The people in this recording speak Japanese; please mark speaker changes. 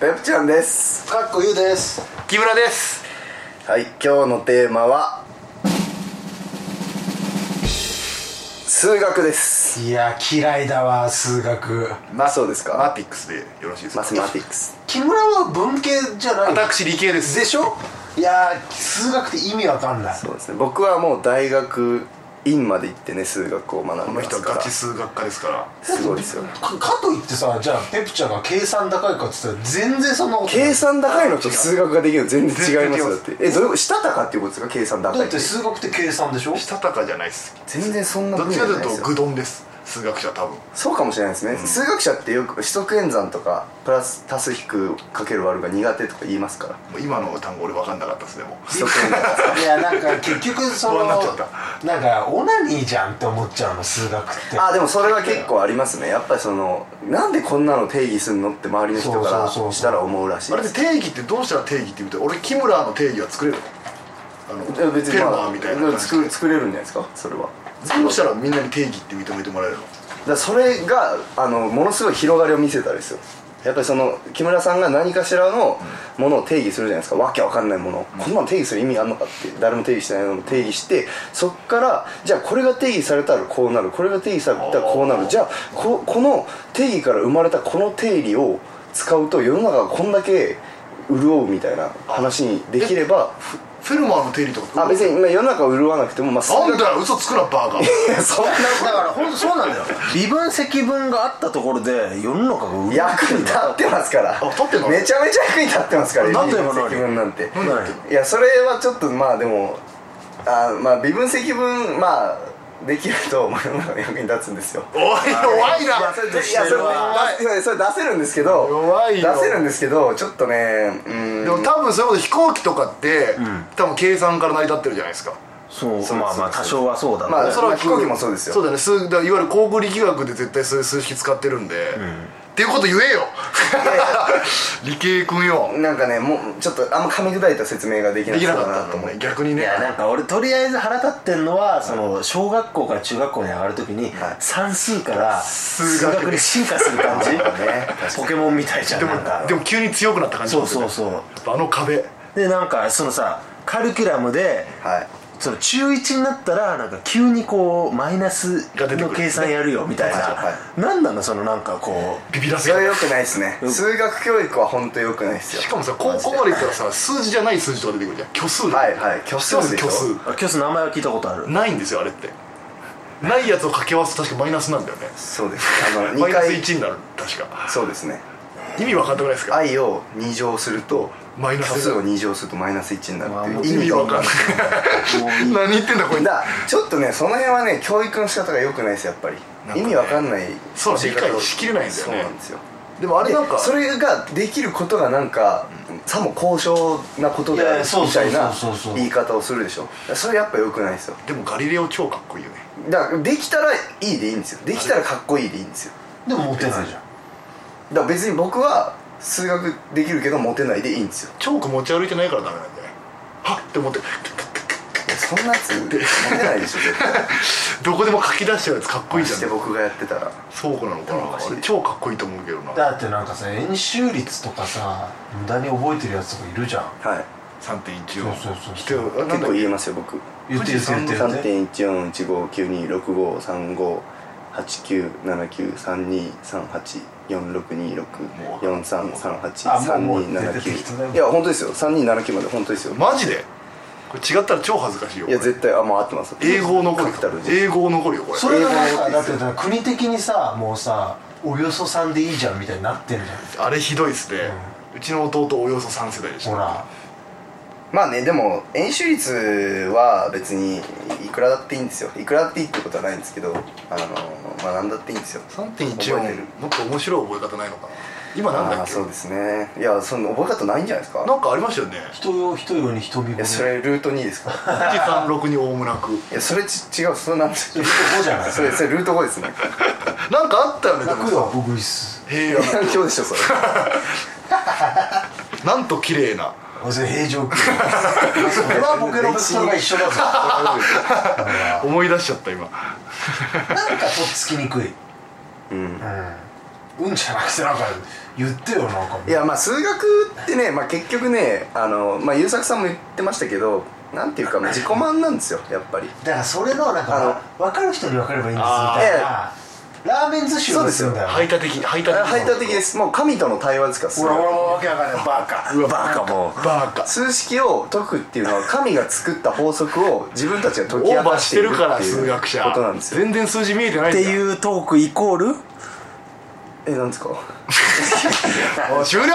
Speaker 1: ペプちゃんです
Speaker 2: かっこゆうです
Speaker 3: 木村です
Speaker 1: はい今日のテーマは数学です
Speaker 2: いや嫌いだわ数学
Speaker 1: まあそうです
Speaker 3: マ
Speaker 1: か
Speaker 3: ティックスでよろしいです
Speaker 1: マ
Speaker 3: か
Speaker 1: スマティックス
Speaker 2: 木村は文系じゃない
Speaker 3: 私理系です
Speaker 2: でしょいやー数学って意味わかんない
Speaker 1: そうですね僕はもう大学院まで行ってね数学を学
Speaker 3: こ
Speaker 1: ん
Speaker 3: の
Speaker 1: でま
Speaker 3: 人は
Speaker 1: すか
Speaker 3: ガ
Speaker 1: ら
Speaker 3: チ数学科ですから
Speaker 1: すごいですよ
Speaker 2: かかといってさじゃあペプちゃんが計算高いかっつったら全然そんなことない
Speaker 1: 計算高いのと数学ができるの全然違いますよだっ
Speaker 3: 全
Speaker 1: てえどういうことしたたかっていうことですか計算高
Speaker 2: だ
Speaker 1: い
Speaker 2: っ
Speaker 1: って
Speaker 2: て数学って計算でしょ
Speaker 3: したたかじゃないです
Speaker 1: 全然そんな
Speaker 3: どっ
Speaker 1: 分
Speaker 3: ち
Speaker 1: 野
Speaker 3: か
Speaker 1: じ
Speaker 3: と
Speaker 1: ゃ
Speaker 3: い
Speaker 1: ないで
Speaker 3: う
Speaker 1: すよ
Speaker 3: とグドンです数学者多分
Speaker 1: そうかもしれないですね、数学者ってよく四則演算とかプラス足す引くかける割るが苦手とか言いますから
Speaker 3: もう今の単語俺分かんなかったですでも
Speaker 1: 四則演算
Speaker 2: いやなんか結局そ
Speaker 3: 不
Speaker 2: の
Speaker 3: 安になっちゃ
Speaker 2: なんかオナニーじゃんって思っちゃうの数学って
Speaker 1: あでもそれは結構ありますねやっぱりそのなんでこんなの定義すんのって周りの人か
Speaker 2: そうそうそうそう
Speaker 1: らしたら思うらしい
Speaker 3: あれ
Speaker 1: で
Speaker 3: です定義ってどうしたら定義って言うと俺木村の定義は作れるのあ
Speaker 1: いや
Speaker 3: の
Speaker 1: 別
Speaker 3: ペ
Speaker 1: にま
Speaker 3: ルマー
Speaker 1: あ
Speaker 3: みたいな感じ
Speaker 1: 作
Speaker 3: で
Speaker 1: る作れるんじゃないですかそれは
Speaker 3: どうしたらみんなに定義って認めてもらえるの
Speaker 1: だからそれがあのものすごい広がりを見せたんですよやっぱりその木村さんが何かしらのものを定義するじゃないですかわけわかんないもの、こんなの定義する意味あんのかって誰も定義してないのを定義してそっからじゃあこれが定義されたらこうなるこれが定義されたらこうな
Speaker 3: あ
Speaker 1: る
Speaker 3: ー
Speaker 1: じゃあここの定義から生まれたこの定理を使うと世の中がこんだけ潤うみたいな話にできれば
Speaker 3: フフェルマーの定理とか
Speaker 1: あ別にまあ世の中は潤わなくてもまあ
Speaker 3: な
Speaker 1: そ
Speaker 3: ん
Speaker 1: ん
Speaker 3: だ
Speaker 1: な
Speaker 3: よ嘘つくなバーガー
Speaker 1: そんな
Speaker 4: だから本当そうなんだよ微分積分があったところで世の中が動いてる
Speaker 1: 役に立ってますから
Speaker 3: あ立ってんの
Speaker 1: めちゃめちゃ役に立ってますから
Speaker 4: なんというものより
Speaker 1: 積分なんて
Speaker 4: なんだよ
Speaker 1: いやそれはちょっとまあでもあまあ微分積分まあできると まあ世の中の役に立つんですよ
Speaker 3: おい弱いない
Speaker 1: やそれでいやそれ
Speaker 4: 弱
Speaker 1: 出せそれ出せるんですけど
Speaker 3: 弱いよ
Speaker 1: 出せるんですけどちょっとねうん
Speaker 3: でも多分それこそ飛行機とかって、多分計算から成り立ってるじゃないですか
Speaker 4: そう
Speaker 1: そう
Speaker 4: まあまあ
Speaker 1: そ
Speaker 4: 多
Speaker 1: う
Speaker 4: 少はそうだ
Speaker 1: まあ
Speaker 4: ね
Speaker 1: それは飛行機もそうですよ
Speaker 3: そうだよね数だからいわゆる航空力学で絶対そういう数式使ってるんで、っていうこと言えよ理系君よ
Speaker 1: なんかねもうちょっとあんま噛み砕いた説明ができな
Speaker 3: で
Speaker 1: かっ
Speaker 3: きな
Speaker 1: た
Speaker 3: か
Speaker 1: な
Speaker 3: っ
Speaker 1: と
Speaker 3: た
Speaker 1: 思
Speaker 3: も
Speaker 1: っ
Speaker 3: ん
Speaker 1: て
Speaker 3: ね逆に
Speaker 4: い
Speaker 3: ね
Speaker 4: やなんか俺とりあえず腹立ってんのはその小学校から中学校に上がるときに算数から数
Speaker 3: 学
Speaker 4: 学に進化する感じポケモンみたいじゃん
Speaker 3: で
Speaker 4: なんか
Speaker 3: もでも急に強くなった感じ
Speaker 4: そうそうそう
Speaker 3: うあの壁
Speaker 4: でなんかそのさカリキュラムで
Speaker 1: はい
Speaker 4: その中1になったらなんか急にこうマイナス
Speaker 3: が出てくる
Speaker 4: の計算やるよみたいな、
Speaker 1: はいは
Speaker 4: なんなのそのなんかこう
Speaker 3: ビビら
Speaker 1: そ
Speaker 3: せ
Speaker 1: れ
Speaker 3: た
Speaker 1: は良くないですね数学教育は本当良くないですよ
Speaker 3: しかもさ高校まで行ったらさ数字じゃない数字とか出てくるじゃん虚数
Speaker 1: はいはい虚数でしょ
Speaker 3: 虚数
Speaker 4: あ今日その名前は聞いたことある
Speaker 3: ないんですよあれってないやつを掛け合わせ確かマイナスなんだよね
Speaker 1: そうですあの
Speaker 3: マ
Speaker 1: 2
Speaker 3: イナス
Speaker 1: 回
Speaker 3: 1になる確か
Speaker 1: そうですね
Speaker 3: 意味分かんなくないですか
Speaker 1: 愛を2乗すると
Speaker 3: マイナス
Speaker 1: 虚数を2乗するとマイナス1になるっていう
Speaker 3: 意味
Speaker 1: が
Speaker 3: 分かんない何言ってんだこいつ
Speaker 1: だからちょっとねその辺はね教育の仕方が良くないですやっぱり、
Speaker 3: なんかね
Speaker 1: 意味わかんない
Speaker 3: そう
Speaker 1: 教え
Speaker 3: 理
Speaker 1: 方を
Speaker 3: 解しきれないんだよ
Speaker 1: そ
Speaker 3: ね
Speaker 1: うなんですよ
Speaker 3: でもあれ
Speaker 1: で
Speaker 3: なんか
Speaker 1: それができることがなんか、さも高尚なことで
Speaker 2: いや
Speaker 1: あ
Speaker 2: い
Speaker 1: る
Speaker 2: やそう
Speaker 1: みたいな
Speaker 2: そうそうそうそう
Speaker 1: 言い方をするでしょだからそれやっぱ良くないですよ
Speaker 3: でもガリレオ超かっこいいよね
Speaker 1: だからできたらいいでいいんですよできたらかっこいいでいいんですよ
Speaker 2: でもモテないじゃん
Speaker 1: だから別に僕は数学できるけどモテないでいいんですよ
Speaker 3: チョーク持ち歩いてないからダメなんだよねはっって思って
Speaker 1: いやそんなやつモテないでしょ絶対
Speaker 3: どこでも書き出してるやつかっこいいじゃん
Speaker 1: して僕がやってたら
Speaker 3: 倉庫なの
Speaker 1: で
Speaker 3: か
Speaker 1: もお
Speaker 3: な
Speaker 1: かしい
Speaker 3: あれ超かっこいいと思うけどな
Speaker 2: だってなんかさ円周率とかさ無駄に覚えてるやつとかいるじゃん
Speaker 1: はい
Speaker 3: 3.14
Speaker 2: そうそうそう
Speaker 3: してよあなん
Speaker 1: 結構
Speaker 3: だっけ
Speaker 1: 言えますよ僕
Speaker 2: 言って言って言って言って
Speaker 1: 3.1415926535897932384378432793いや本当ですよ3279まで本当ですよ
Speaker 3: マジでこれ違ったら超恥ずかしいよ
Speaker 1: いや絶対あもう合ってます
Speaker 3: 英語残るよ
Speaker 1: 確たる字
Speaker 3: 英語残るよこれ
Speaker 2: それがなん
Speaker 1: 英語
Speaker 2: か
Speaker 1: の
Speaker 2: だってさ国的にさもうさおよそ3でいいじゃんみたいになってんじゃ
Speaker 3: あれひどいっすねうちの弟およそ3世代でし
Speaker 2: んほ
Speaker 3: た
Speaker 2: ら
Speaker 1: まあねでも円周率は別にいくらだっていいんですよいくらだっていいってことはないんですけどあのまあ何だっていいんですよ覚えてる
Speaker 3: 3.14もっと面白い覚え方ないのかな今なん
Speaker 1: あ
Speaker 3: だ
Speaker 1: あ
Speaker 3: っけ
Speaker 1: そうですねいやその覚え方ないんじゃないですか
Speaker 3: なんかありましたよね
Speaker 2: 人用人用に人見
Speaker 1: いやそ
Speaker 2: 5
Speaker 1: れルート2ですか
Speaker 3: 136に大村区
Speaker 1: いやそれち違うそれなんです
Speaker 2: ルート5じゃない
Speaker 1: それそれルート5ですね
Speaker 3: なんかあったよねでも
Speaker 2: 楽
Speaker 3: さ
Speaker 2: よ僕いっす
Speaker 3: 平
Speaker 1: 今日
Speaker 3: 安
Speaker 1: でしょそれ
Speaker 3: なんと綺麗な
Speaker 2: 俺それ平 常級それはボケのベクトルが一緒だぞ
Speaker 3: 思い出しちゃった今
Speaker 2: なんかとっつきにくい
Speaker 1: うん
Speaker 2: うんうんじゃなくてなんか言ってよなんか
Speaker 1: いやまあ数学ってね、まあ、結局ねあの、まあ、優作さんも言ってましたけどなんていうかまあ自己満なんですよやっぱり
Speaker 2: だからそれのなんか分かる人に分かればいいんですみ
Speaker 3: あー
Speaker 2: たいなラーメン寿司をするんだよ
Speaker 3: 排他的排他的
Speaker 1: 排他的ですもう神との対話ですからす
Speaker 4: 俺
Speaker 1: ごい
Speaker 4: もわけわかんないバカ
Speaker 3: うわ
Speaker 4: バカもう
Speaker 3: バカ
Speaker 1: 数式を解くっていうのは神が作った法則を自分たちが解
Speaker 3: オ
Speaker 1: き明
Speaker 3: ーバ
Speaker 1: か
Speaker 3: ー
Speaker 1: し
Speaker 3: して
Speaker 1: い
Speaker 3: て
Speaker 1: るっ
Speaker 3: る
Speaker 1: て
Speaker 3: から
Speaker 1: い
Speaker 3: 数
Speaker 1: う
Speaker 3: 学者
Speaker 1: ことなんですよ
Speaker 3: 全然数字見えてないん
Speaker 4: っ
Speaker 3: だ
Speaker 4: ていうトークイコール
Speaker 1: えなんですか
Speaker 3: もう終了